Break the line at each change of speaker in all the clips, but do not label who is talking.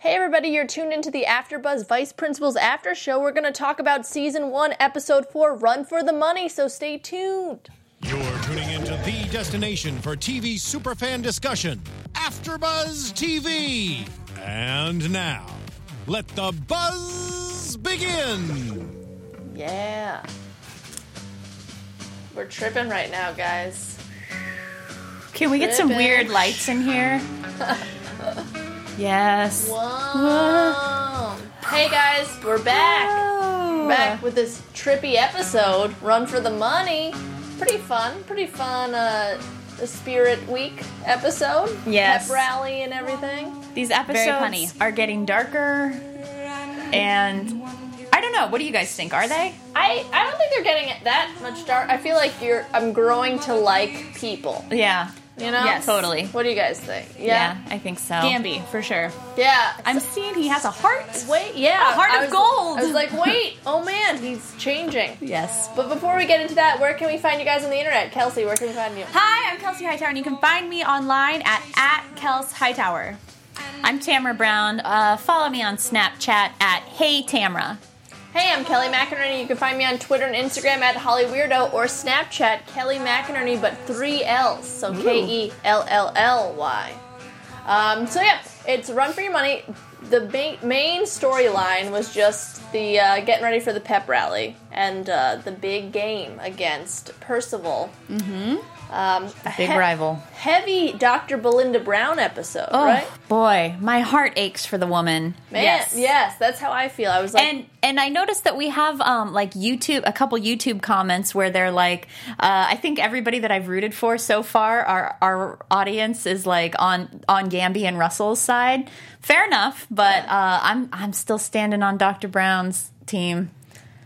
Hey everybody, you're tuned into the AfterBuzz Vice Principals After Show. We're going to talk about Season 1, Episode 4, Run for the Money, so stay tuned.
You're tuning into the destination for TV superfan discussion, AfterBuzz TV. And now, let the buzz begin.
Yeah. We're tripping right now, guys.
Can we get some
Ribbon.
weird lights in here? yes.
Whoa. Hey guys, we're back.
Whoa.
Back with this trippy episode, Run for the Money. Pretty fun, pretty fun uh Spirit Week episode.
Yes.
Pep rally and everything.
These episodes
funny.
are getting darker, and I don't know. What do you guys think? Are they?
I, I don't think they're getting it that much dark. I feel like you're I'm growing to like people.
Yeah.
You know?
Yes. Totally.
What do you guys think?
Yeah,
Yeah.
I think so.
Gamby for sure.
Yeah.
I'm seeing he has a heart.
wait, yeah.
A heart
I
of
was-
gold.
I was like, wait, oh man, he's changing.
Yes.
But before we get into that, where can we find you guys on the internet? Kelsey, where can we find you?
Hi, I'm Kelsey Hightower, and you can find me online at at Kels Hightower.
I'm Tamara Brown. Uh, follow me on Snapchat at Hey Tamara.
Hey, I'm Kelly McInerney. You can find me on Twitter and Instagram at Holly Weirdo or Snapchat Kelly McInerney, but three L's, so K E L L L Y. Um, so yeah, it's Run for Your Money. The ba- main storyline was just the uh, getting ready for the pep rally and uh, the big game against Percival. Mm-hmm. Um,
Big
he-
rival.
Heavy Dr. Belinda Brown episode,
Oh
right?
boy, my heart aches for the woman.
Man, yes. that's how I feel. I was like,
And and I noticed that we have um, like YouTube a couple YouTube comments where they're like, uh, I think everybody that I've rooted for so far, our our audience is like on on Gamby and Russell's side. Fair enough, but uh, I'm I'm still standing on Dr. Brown's team.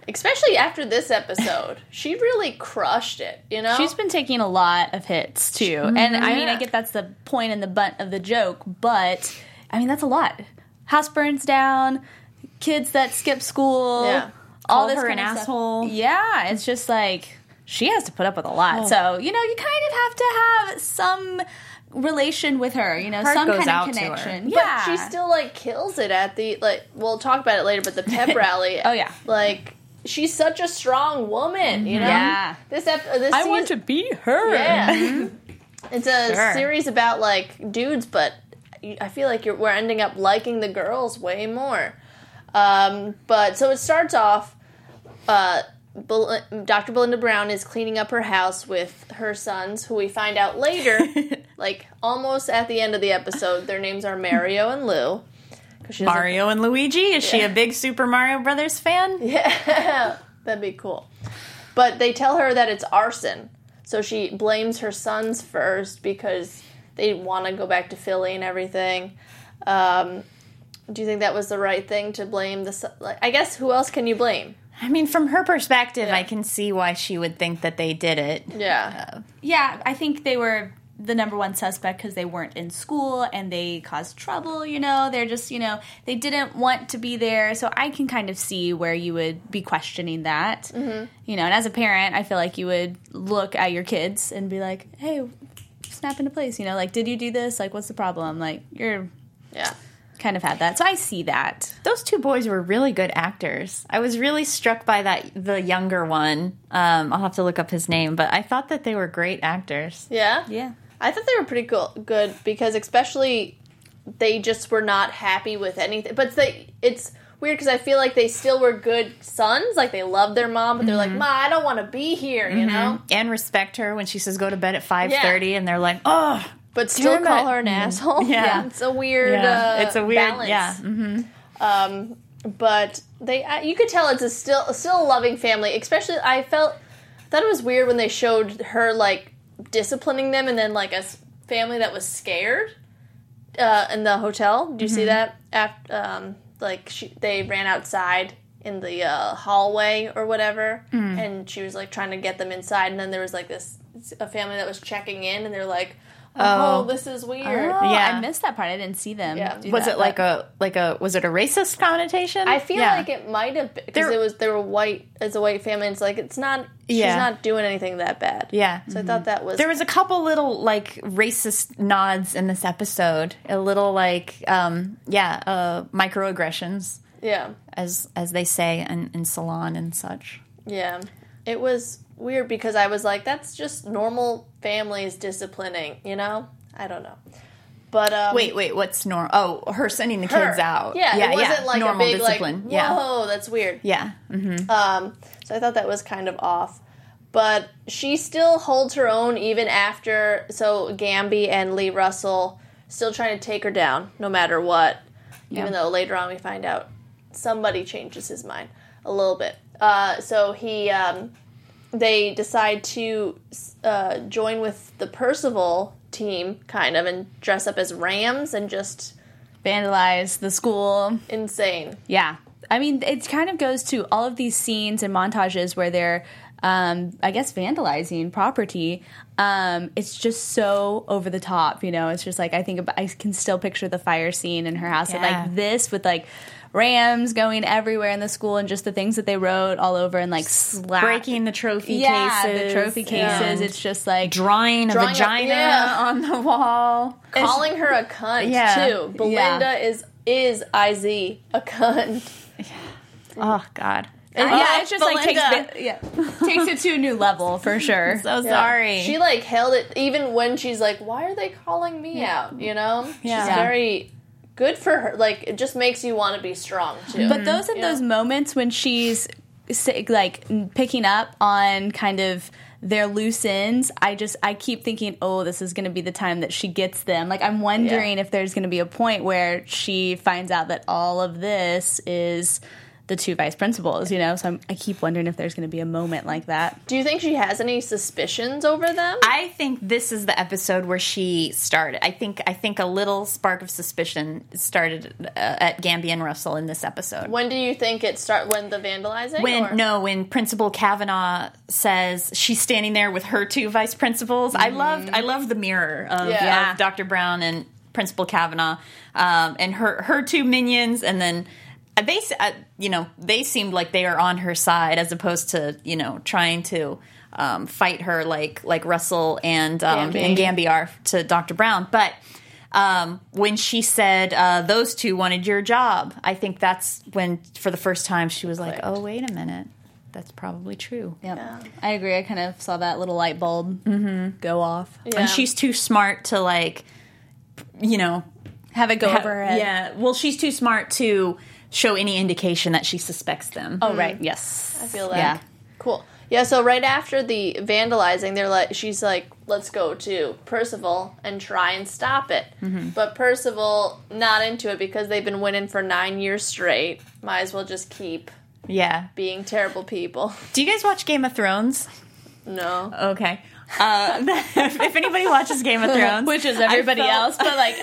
especially after this episode, she really crushed it. You know,
Oh.
She's been taking a lot of hits too. And I mean, I get that's the point and the butt of the joke, but I mean, that's a lot. House burns down, kids that skip school,
Yeah.
all
Call
this
her
kind
an
of stuff.
asshole. Oh.
Yeah, it's just like she has to put up with a lot. So, you know, you kind of have to have some relation with her, you know,
Heart
some
goes
kind
out
of
to her.
connection.
but
Yeah.
she still like kills it at the like. We'll talk about it later, but the pep rally.
Oh, yeah. Mm-hmm.
like she's such a strong woman. You know,
Yeah.
This ep- this
I want to
season-
be her.
Yeah, it's a
Sure.
series about like dudes, but I feel like you're, we're ending up liking the girls way more. Um, but so it starts off. Uh, Bel- Dr. Belinda Brown is cleaning up her house with her sons, who we find out later, like almost at the end of the episode, their names are Mario and Lou. 'Cause she doesn't-
Mario and Luigi. Is she a big Super Mario Brothers fan?
That'd be cool. But they tell her that it's arson. So she blames her sons first because they want to go back to Philly and everything. Um, do you think that was the right thing to blame the? son- Like, I guess who else can you blame?
I mean, from her perspective, I can see why she would think that they did it.
Yeah,
Yeah, I think they were the number one suspect because they weren't in school and they caused trouble. You know, they're just you know they didn't want to be there. So I can kind of see where you would be questioning that.
Mm-hmm.
You know, and as a parent, I feel like you would look at your kids and be like, "Hey, snap into place." You know, like, did you do this? Like, what's the problem? Like, you're
yeah.
kind of had that. So I see that.
Those two boys were really good actors. I was really struck by that the younger one. Um, I'll have to look up his name, but I thought that they were great actors.
Yeah.
Yeah.
I thought they were pretty cool, good because especially they just were not happy with anything. But they, it's weird because I feel like they still were good sons. Like they loved their mom, but they're like, "Ma, I don't want to be here," you know.
And respect her when she says go to bed at five thirty, and they're like, oh,
But still
Damn
call
it. Mm-hmm.
her an asshole.
Yeah.
it's a weird.
yeah,
Uh,
it's a weird,
balance.
yeah. Mm.
Um, but they, I you could tell it's a still still a loving family. Especially, I felt thought it was weird when they showed her like disciplining them, and then like a s- family that was scared uh, in the hotel. Do you see
Mm-hmm.
that? After, um, like she, they ran outside in the uh, hallway or whatever,
Mm.
and she was like trying to get them inside, and then there was like this a family that was checking in, and they're like. Oh, this is weird.
Oh,
Yeah.
I missed that part. I didn't see them.
Yeah.
do
was
that,
it like
but-
a like a was it a racist connotation?
I feel
Yeah.
like it might have because
They're-
it was they were white as a white family. and It's like it's not
Yeah.
she's not doing anything that bad.
Yeah.
So I thought that was
there was a couple little like racist nods in this episode. A little like um yeah, uh microaggressions
yeah
as as they say in, in salon and such.
yeah it was weird because I was like that's just normal families disciplining. You know I don't know, but um,
Wait, wait, what's normal? Oh, her sending the
her.
kids out.
Yeah, it wasn't like
normal
a big
discipline.
like
yeah.
whoa that's weird.
Yeah.
Um, so I thought that was kind of off. But she still holds her own even after. So Gamby and Lee Russell still trying to take her down no matter what. Even though later on we find out somebody changes his mind a little bit. Uh, so he, um, they decide to uh, join with the Percival team, kind of, and dress up as rams and just
vandalize the school.
insane.
Yeah. I mean, it kind of goes to all of these scenes and montages where they're, um, I guess, vandalizing property. Um, it's just so over the top, you know. It's just like I think about, I can still picture the fire scene in her house, and,
Yeah.
like this with like rams going everywhere in the school, and just the things that they wrote all over, and like slap
Breaking the trophy
yeah,
cases.
the trophy cases.
and
It's just like
drawing a
Drawing a-
vagina
yeah.
on the wall.
calling her a cunt
Yeah.
too. Belinda is is Iz a cunt.
Oh god.
yeah, it's just like
Belinda.
takes the, yeah Uh, takes it to a new level for sure.
So sorry.
She like held it even when she's like, "Why are they calling me out?" You know,
Yeah.
she's very good for her. Like it just makes you want to be strong too.
But those are
Yeah.
those moments when she's si- like n- picking up on kind of their loose ends. I just I keep thinking, oh, this is going to be the time that she gets them. Like I'm wondering if there's going to be a point where she finds out that all of this is the two vice principals. You know, so I'm, I keep wondering if there's going to be a moment like that.
do you think she has any suspicions over them?
I think this is the episode where she started. I think I think a little spark of suspicion started uh, at Gambi and Russell in this episode.
when do you think it start? When the vandalizing?
When
or-
no, when Principal Kavanaugh says she's standing there with her two vice principals. I loved I loved the mirror of,
Yeah.
of Dr. Brown and Principal Kavanaugh, um, and her her two minions, and then uh, they s- uh, you know they seemed like they are on her side as opposed to you know trying to. Um, fight her like like Russell and um,
Gamby.
and Gambi are to Dr. Brown, but um, when she said uh, those two wanted your job, I think that's when, for the first time, she was like, "Oh, wait a minute, that's probably true."
Yep. I agree. I kind of saw that little light bulb
Mm-hmm.
go off.
Yeah.
And she's too smart to like, you know,
Have it go
ha-
over her head.
yeah. Well, she's too smart to show any indication that she suspects them.
Oh right. Yes.
I feel that.
Yeah.
Cool. Yeah, so right after the vandalizing, they're like, she's like, let's go to Percival and try and stop it.
Mm-hmm.
But Percival not into it because they've been winning for nine years straight. Might as well just keep
yeah.
being terrible people.
Do you guys watch Game of Thrones?
No,
Okay. Uh, if anybody watches Game of Thrones,
Which is everybody
felt-
else, but like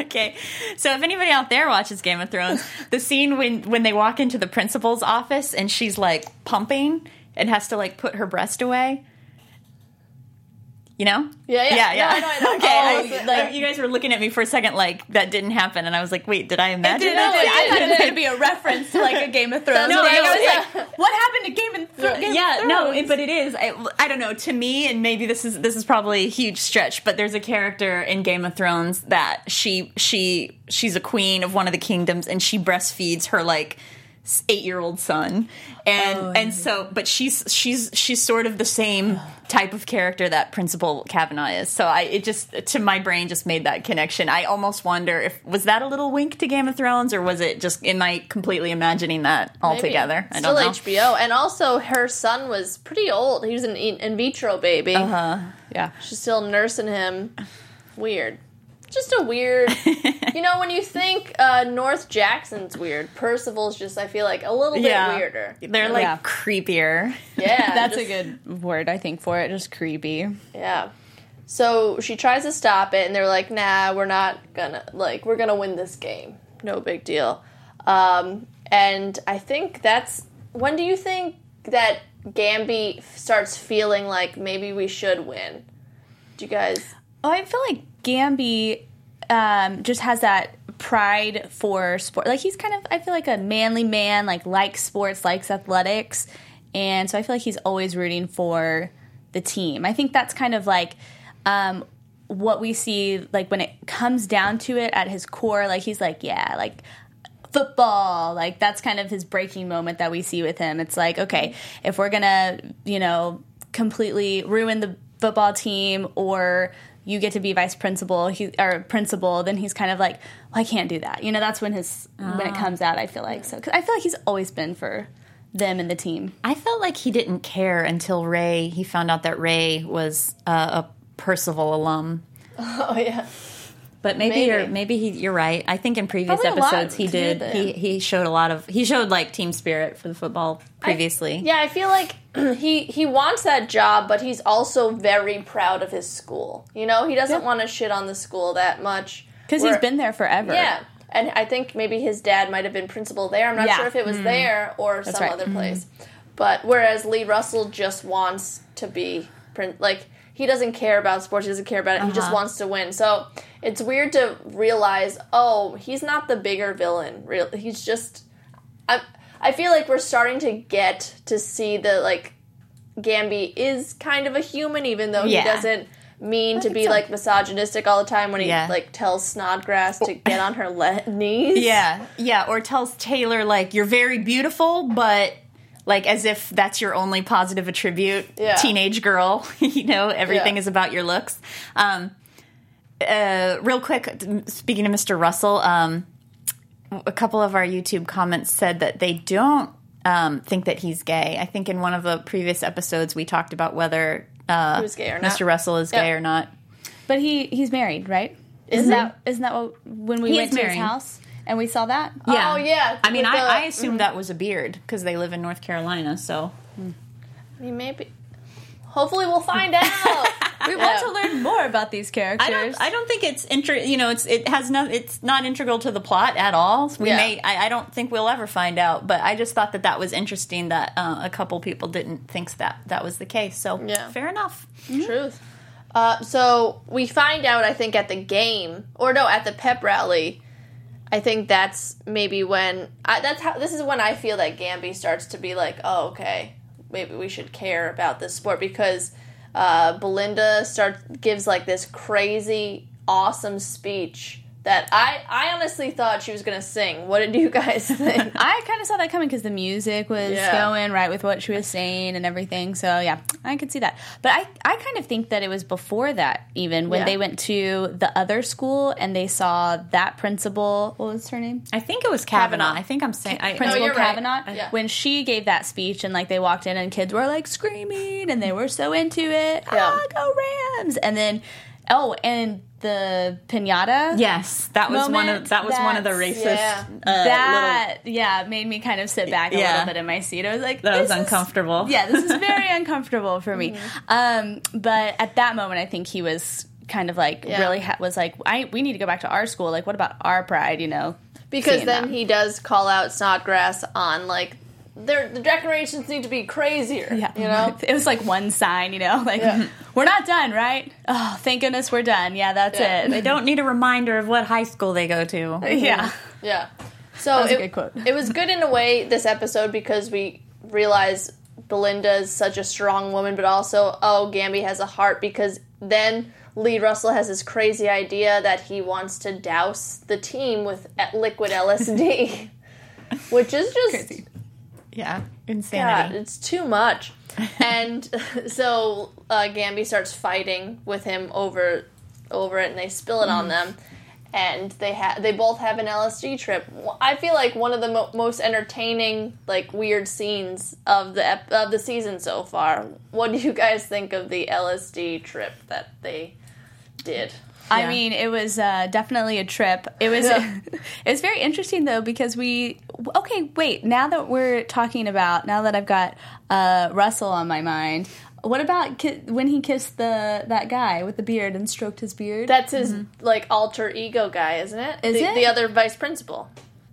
okay. So if anybody out there watches Game of Thrones, the scene when when they walk into the principal's office and she's like pumping and has to like put her breast away. You know?
Yeah, yeah.
yeah, yeah.
No, I know, I know. Oh,
okay, I-
it's-
like, you guys were looking at me for a second, like that didn't happen, and I was like, "Wait, did I imagine
No,
that?"
it- I
it
thought it would be a reference to like a Game of Thrones.
No,
thing.
no,
I was
yeah.
like, what happened to Game of, Thro- Game
yeah,
of Thrones?
no, it- but it is. I, I don't know. To me, and maybe this is this is probably a huge stretch, but there's a character in Game of Thrones that she she she's a queen of one of the kingdoms, and she breastfeeds her like eight year old son, and and so, but she's she's she's sort of the same type of character that Principal Kavanaugh is. So I it just to my brain just made that connection. I almost wonder if was that a little wink to Game of Thrones, or was it just am I completely imagining that
maybe.
altogether? I
Still
don't know.
HBO. And also, her son was pretty old. He was an in, in vitro baby.
yeah.
She's still nursing him. Weird. Just a weird. you know, when you think uh, North Jackson's weird, Percival's just, I feel like, a little bit weirder.
They're like
Yeah.
creepier.
Yeah.
That's a
just-
good word, I think, for it. Just creepy.
Yeah. So she tries to stop it, and they're like, nah, we're not gonna, like, we're gonna win this game. No big deal. Um, and I think that's. When do you think that Gambi starts feeling like maybe we should win? Do you guys.
Oh, I feel like Gamby um, just has that pride for sport. Like he's kind of, I feel like a manly man, like likes sports, likes athletics, and so I feel like he's always rooting for the team. I think that's kind of like um, what we see, like when it comes down to it, at his core, like he's like, yeah, like football. Like that's kind of his breaking moment that we see with him. It's like, okay, if we're gonna, you know, completely ruin the football team or you get to be vice principal he, or principal, then he's kind of like, well, I can't do that. You know, that's when his when it
Ah.
comes out. I feel like so 'cause I feel like he's always been for them and the team.
I felt like he didn't care until Ray. He found out that Ray was uh, a Percival alum.
Oh yeah.
But maybe,
Maybe.
you're maybe he, you're right. I think in previous
Probably a lot
episodes he
to
did
the-
he, he showed a lot of he showed like team spirit for the football previously.
Yeah, I feel like he he wants that job, but he's also very proud of his school. You know, he doesn't want to shit on the school that much
Because he's
Where-
been there forever.
Yeah, and I think maybe his dad might have been principal there. I'm not
Yeah. Hmm.
sure if it was there or some
right. Hmm.
other place. But whereas Lee Russell just wants to be prin- like he doesn't care about sports. He doesn't care about it. He just
Uh-huh.
wants to win. So it's weird to realize, oh, he's not the bigger villain. Real, he's just. I I feel like we're starting to get to see the like Gamby is kind of a human, even though
Yeah.
he doesn't mean to be
so.
like misogynistic all the time when he
Yeah.
like tells Snodgrass to get on her le- knees.
Yeah, yeah, or tells Taylor like you're very beautiful, but like as if that's your only positive attribute.
Yeah.
Teenage girl, you know, everything
Yeah.
is about your looks. Um, uh, real quick, speaking to Mr. Russell, um, a couple of our YouTube comments said that they don't um, think that he's gay. I think in one of the previous episodes we talked about whether uh,
He was gay or not.
Mr. Russell is gay
Yeah.
or not.
But he he's married, right? Isn't that isn't that what when we
He
went
is
to his
married.
house and we saw that?
Yeah. Oh, yeah,
I mean,
with
I,
the-
I assumed that was a beard because they live in North Carolina, so.
He may be- Hopefully, we'll find out.
We want to learn more about these characters.
I don't. I don't think it's inter. You know, it's it has no. It's not integral to the plot at all. We
Yeah.
may. I, I don't think we'll ever find out. But I just thought that that was interesting that uh, a couple people didn't think that that was the case. So
Yeah.
fair enough.
Truth. Uh, so we find out, I think, at the game, or no, at the pep rally. I think that's maybe when I, that's how this is when I feel that Gamby starts to be like, oh, okay, maybe we should care about this sport because uh, Belinda starts gives like this crazy awesome speech that I I honestly thought she was gonna sing. What did you guys think?
I kind of saw that coming because the music was
Yeah.
going right with what she was saying and everything. So yeah, I could see that. But I, I kind of think that it was before that even when
Yeah.
they went to the other school and they saw that principal. What was her name?
I think it was Kavanaugh. I think I'm saying I,
Principal
Oh, you're right.
Kavanaugh.
Yeah.
When she gave that speech and like they walked in and kids were like screaming and they were so into it.
Yeah.
Ah, go Rams! And then oh, and the pinata.
Yes, that was one
Moment
of that was one of the
that's-
racist.
yeah.
uh,
that yeah made me kind of sit back a
Yeah.
little bit in my seat. I was like,
little, that was
this is-
uncomfortable.
yeah, this is very uncomfortable for me.
Mm-hmm.
Um, but at that moment, I think he was kind of like
Yeah.
really ha- was like, I we need to go back to our school. Like, what about our pride? You know,
Because
seeing
then
that.
he does call out Snodgrass on like their the decorations need to be crazier.
yeah,
You know?
it was like one sign. You know, like
Yeah.
we're not done, right? Oh, thank goodness we're done. Yeah, that's
Yeah.
it.
They don't need a reminder of what high school they go to.
yeah,
Yeah. So
was a
it,
good quote.
it was good in a way this episode because we realize Belinda is such a strong woman, but also oh Gamby has a heart because then Lee Russell has this crazy idea that he wants to douse the team with e- liquid LSD, which is just
Yeah,
God,
insanity.
it's too much. And so uh, Gamby starts fighting with him over over it, and they spill it
Mm.
on them. And they ha- they both have an LSD trip. Wh- I feel like one of the mo- most entertaining, like weird scenes of the ep- of the season so far. What do you guys think of the LSD trip that they did?
I
Yeah.
mean, it was uh, definitely a trip. It was it was very interesting though because we okay wait now that we're talking about now that I've got uh, Russell on my mind. What about ki- when he kissed the that guy with the beard and stroked his beard?
That's his like alter ego guy, isn't it?
Mm-hmm. Is
the,
it?
the other vice principal?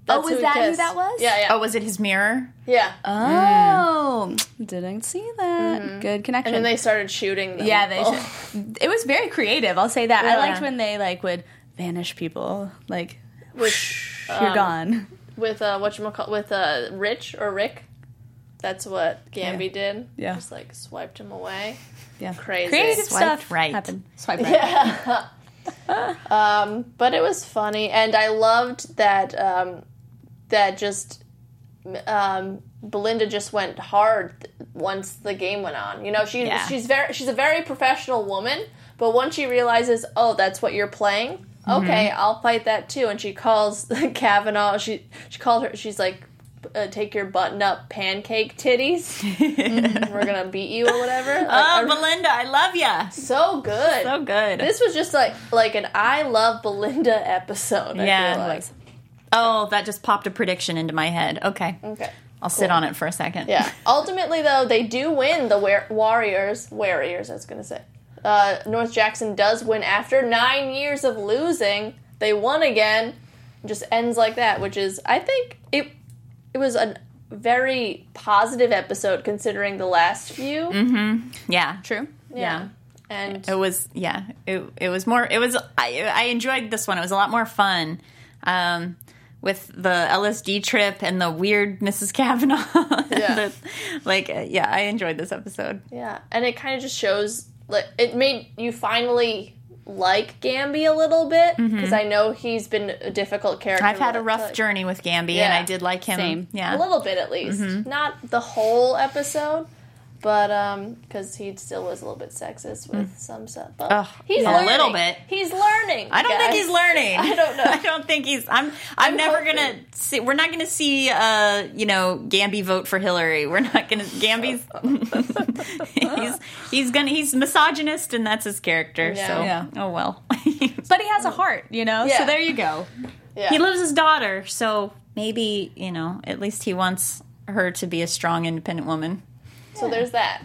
That's
was
he
that who
kissed.
that was?
Yeah, yeah,
Oh, was it his mirror?
yeah.
oh, oh, didn't see that. Good
Mm.
connection.
Mm-hmm. And then they started shooting them.
yeah, they.
Oh.
should- It was very creative. I'll say that. I
Yeah.
liked when they like would vanish people. Like
With,
you're gone.
with uh, what with uh, Rich or Rick. That's what Gamby did.
Yeah.
Just like swiped him away.
Yeah,
Crazy.
creative
Swiped
stuff
right.
happened. Swipe right.
But it was funny, and I loved that um, that just um, Belinda just went hard th- once the game went on. You know, she
Yeah.
she's very she's a very professional woman, but once she realizes, oh, that's what you're playing.
Mm-hmm.
Okay, I'll fight that too. And she calls Kavanaugh. She she called her. She's like, uh, take your button up, pancake titties. Mm, We're gonna beat you or whatever. Like, I-
Oh, Belinda, I love ya.
so good.
So good.
This was just like like an I love Belinda episode. I
Yeah,
feel
it
like.
was. Oh, that just popped a prediction into my head. Okay.
Okay.
I'll sit on it for a second.
Mm, Yeah. Ultimately, though, they do win the War- Warriors. Warriors, I was gonna say. Uh, North Jackson does win after nine years of losing. They won again. Just ends like that, which is I think it it was a very positive episode considering the last few.
Yeah.
True.
Mm-hmm. Yeah.
And
It was yeah. It it was more it was I I enjoyed this one. It was a lot more fun. Um with the LSD trip and the weird Mrs. Kavanaugh.
Yeah.
The- like uh, yeah, I enjoyed this episode.
Yeah, and it kind of just shows like it made you finally like Gamby a little bit because I know he's been a difficult character.
Mm-hmm. I've had a
to
rough
like-
journey with Gambi and
Yeah.
I did like him.
Same.
a
Yeah.
little bit at least,
Mm-hmm.
not the whole episode, but um, because he still was a little bit sexist with some stuff. But
Mm. Ugh,
he's
a
learning.
little bit.
He's learning.
I don't think he's learning.
I don't know.
I don't think he's. I'm. I'm, never
hoping.
gonna see. We're not gonna see. Uh, you know, Gamby vote for Hillary. We're not gonna. Gamby's. he's. He's gonna. He's misogynist, and that's his character.
Yeah.
So.
Yeah.
Oh well.
But he has a heart, you know.
Yeah.
So there you go.
Yeah.
he loves his daughter, so maybe you know. At least he wants her to be a strong, independent woman.
so there's that.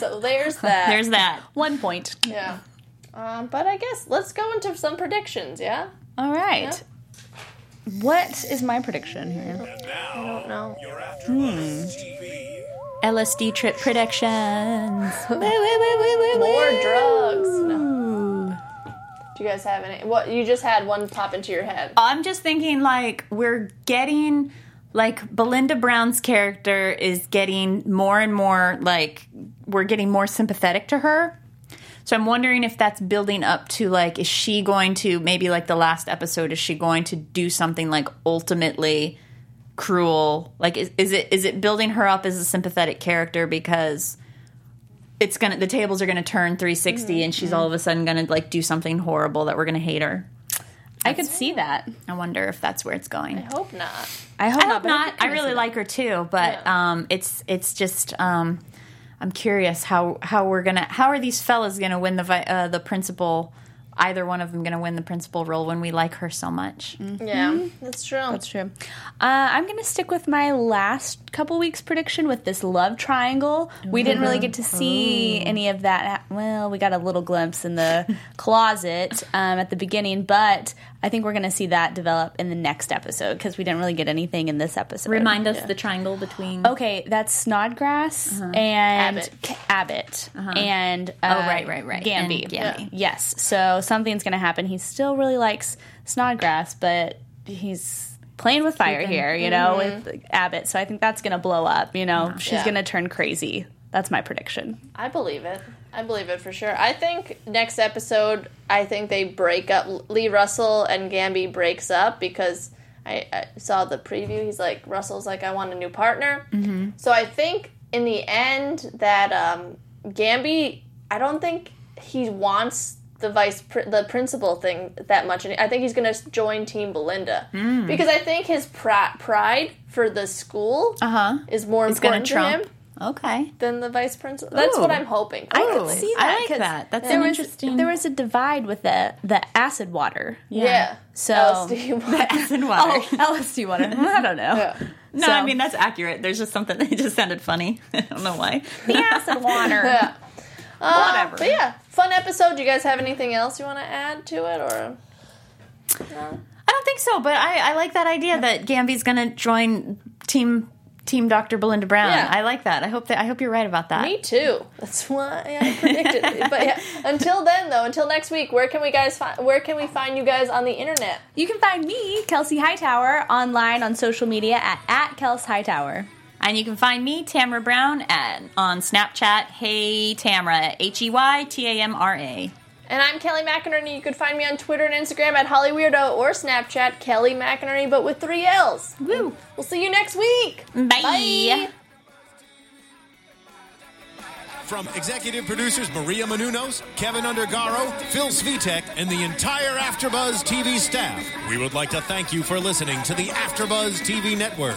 so there's that.
There's that.
One point.
yeah. Um, but I guess let's go into some predictions. Yeah.
All right. What is my prediction here?
Don't know.
Your After Buzz TV.
LSD trip predictions.
More drugs. No. Do you guys have any? What you just had one pop into your head?
I'm just thinking like we're getting like Belinda Brown's character is getting more and more like we're getting more sympathetic to her. So I'm wondering if that's building up to like is she going to maybe like the last episode is she going to do something like ultimately cruel? Like is, is it is it building her up as a sympathetic character because it's gonna the tables are gonna turn 360 and she's all of a sudden gonna like do something horrible that we're gonna hate her.
I could see that.
I wonder if that's where it's going.
I hope not.
I hope,
I hope
but
not.
could
I
kinda
really
see
like her too, but um, it's it's just um, I'm curious how how we're gonna how are these fellas gonna win the vi- uh, the principal either one of them gonna win the principal role when we like her so much.
Yeah, that's true.
That's true. Uh, I'm going to stick with my last couple weeks prediction with this love triangle. We didn't really get to see any of that. Well, we got a little glimpse in the closet um, at the beginning, but I think we're going to see that develop in the next episode because we didn't really get anything in this episode.
Remind us the triangle between.
Okay, that's Snodgrass and
Abbott.
K- Abbott and uh,
Uh-huh. Oh, right, right, right. And
Gamby.
Gamby.
Yes, so something's going to happen. He still really likes Snodgrass, but he's playing with fire here, you know,
Mm-hmm.
with Abbott. So I think that's going to blow up. You know,
Uh-huh.
she's
Yeah.
going to turn crazy. That's my prediction.
I believe it. I believe it for sure. I think next episode, I think they break up. Lee Russell and Gamby breaks up because I, I saw the preview. He's like Russell's like I want a new partner. Mm-hmm. So I think in the end that um, Gamby, I don't think he wants the vice pr- the principal thing that much. And I think he's gonna join Team Belinda
Mm.
because I think his pri- pride for the school
Uh-huh.
is more
It's gonna
important to him
trump. Okay.
than the vice principal. That's what
Ooh.
I'm hoping.
I
for,
could
at least.
see
that,
that. I like
'cause
that. That's
There
an
was
interesting.
there was a divide with the the acid water.
Yeah.
So-
LSD water.
and water.
LSD water. I don't know.
Oh, no,
so-
I mean that's accurate. There's just something that just sounded funny. I don't know why.
The acid water.
yeah. Uh,
Whatever.
But yeah, fun episode. Do you guys have anything else you want to add to it, or
I don't think so, but I, I like that idea that Gamby's going to join Team Team Dr. Belinda Brown.
Yeah.
I like that. I hope that I hope you're right about that.
Me too. That's why I predicted. it. But yeah, until then, though, until next week, where can we guys find? Where can we find you guys on the internet?
You can find me, Kelsey Hightower, online on social media at, at Kels Hightower.
And you can find me, Tamra Brown, at on Snapchat. Hey Tamra, H E Y T A M R A.
And I'm Kelly McInerney. You can find me on Twitter and Instagram at Holly Weirdo or Snapchat Kelly McInerney, but with three L's.
Woo.
We'll see you next week.
Bye.
From executive producers Maria Manunos, Kevin Undergaro, Phil Svitek, and the entire Afterbuzz TV staff, we would like to thank you for listening to the Afterbuzz TV network.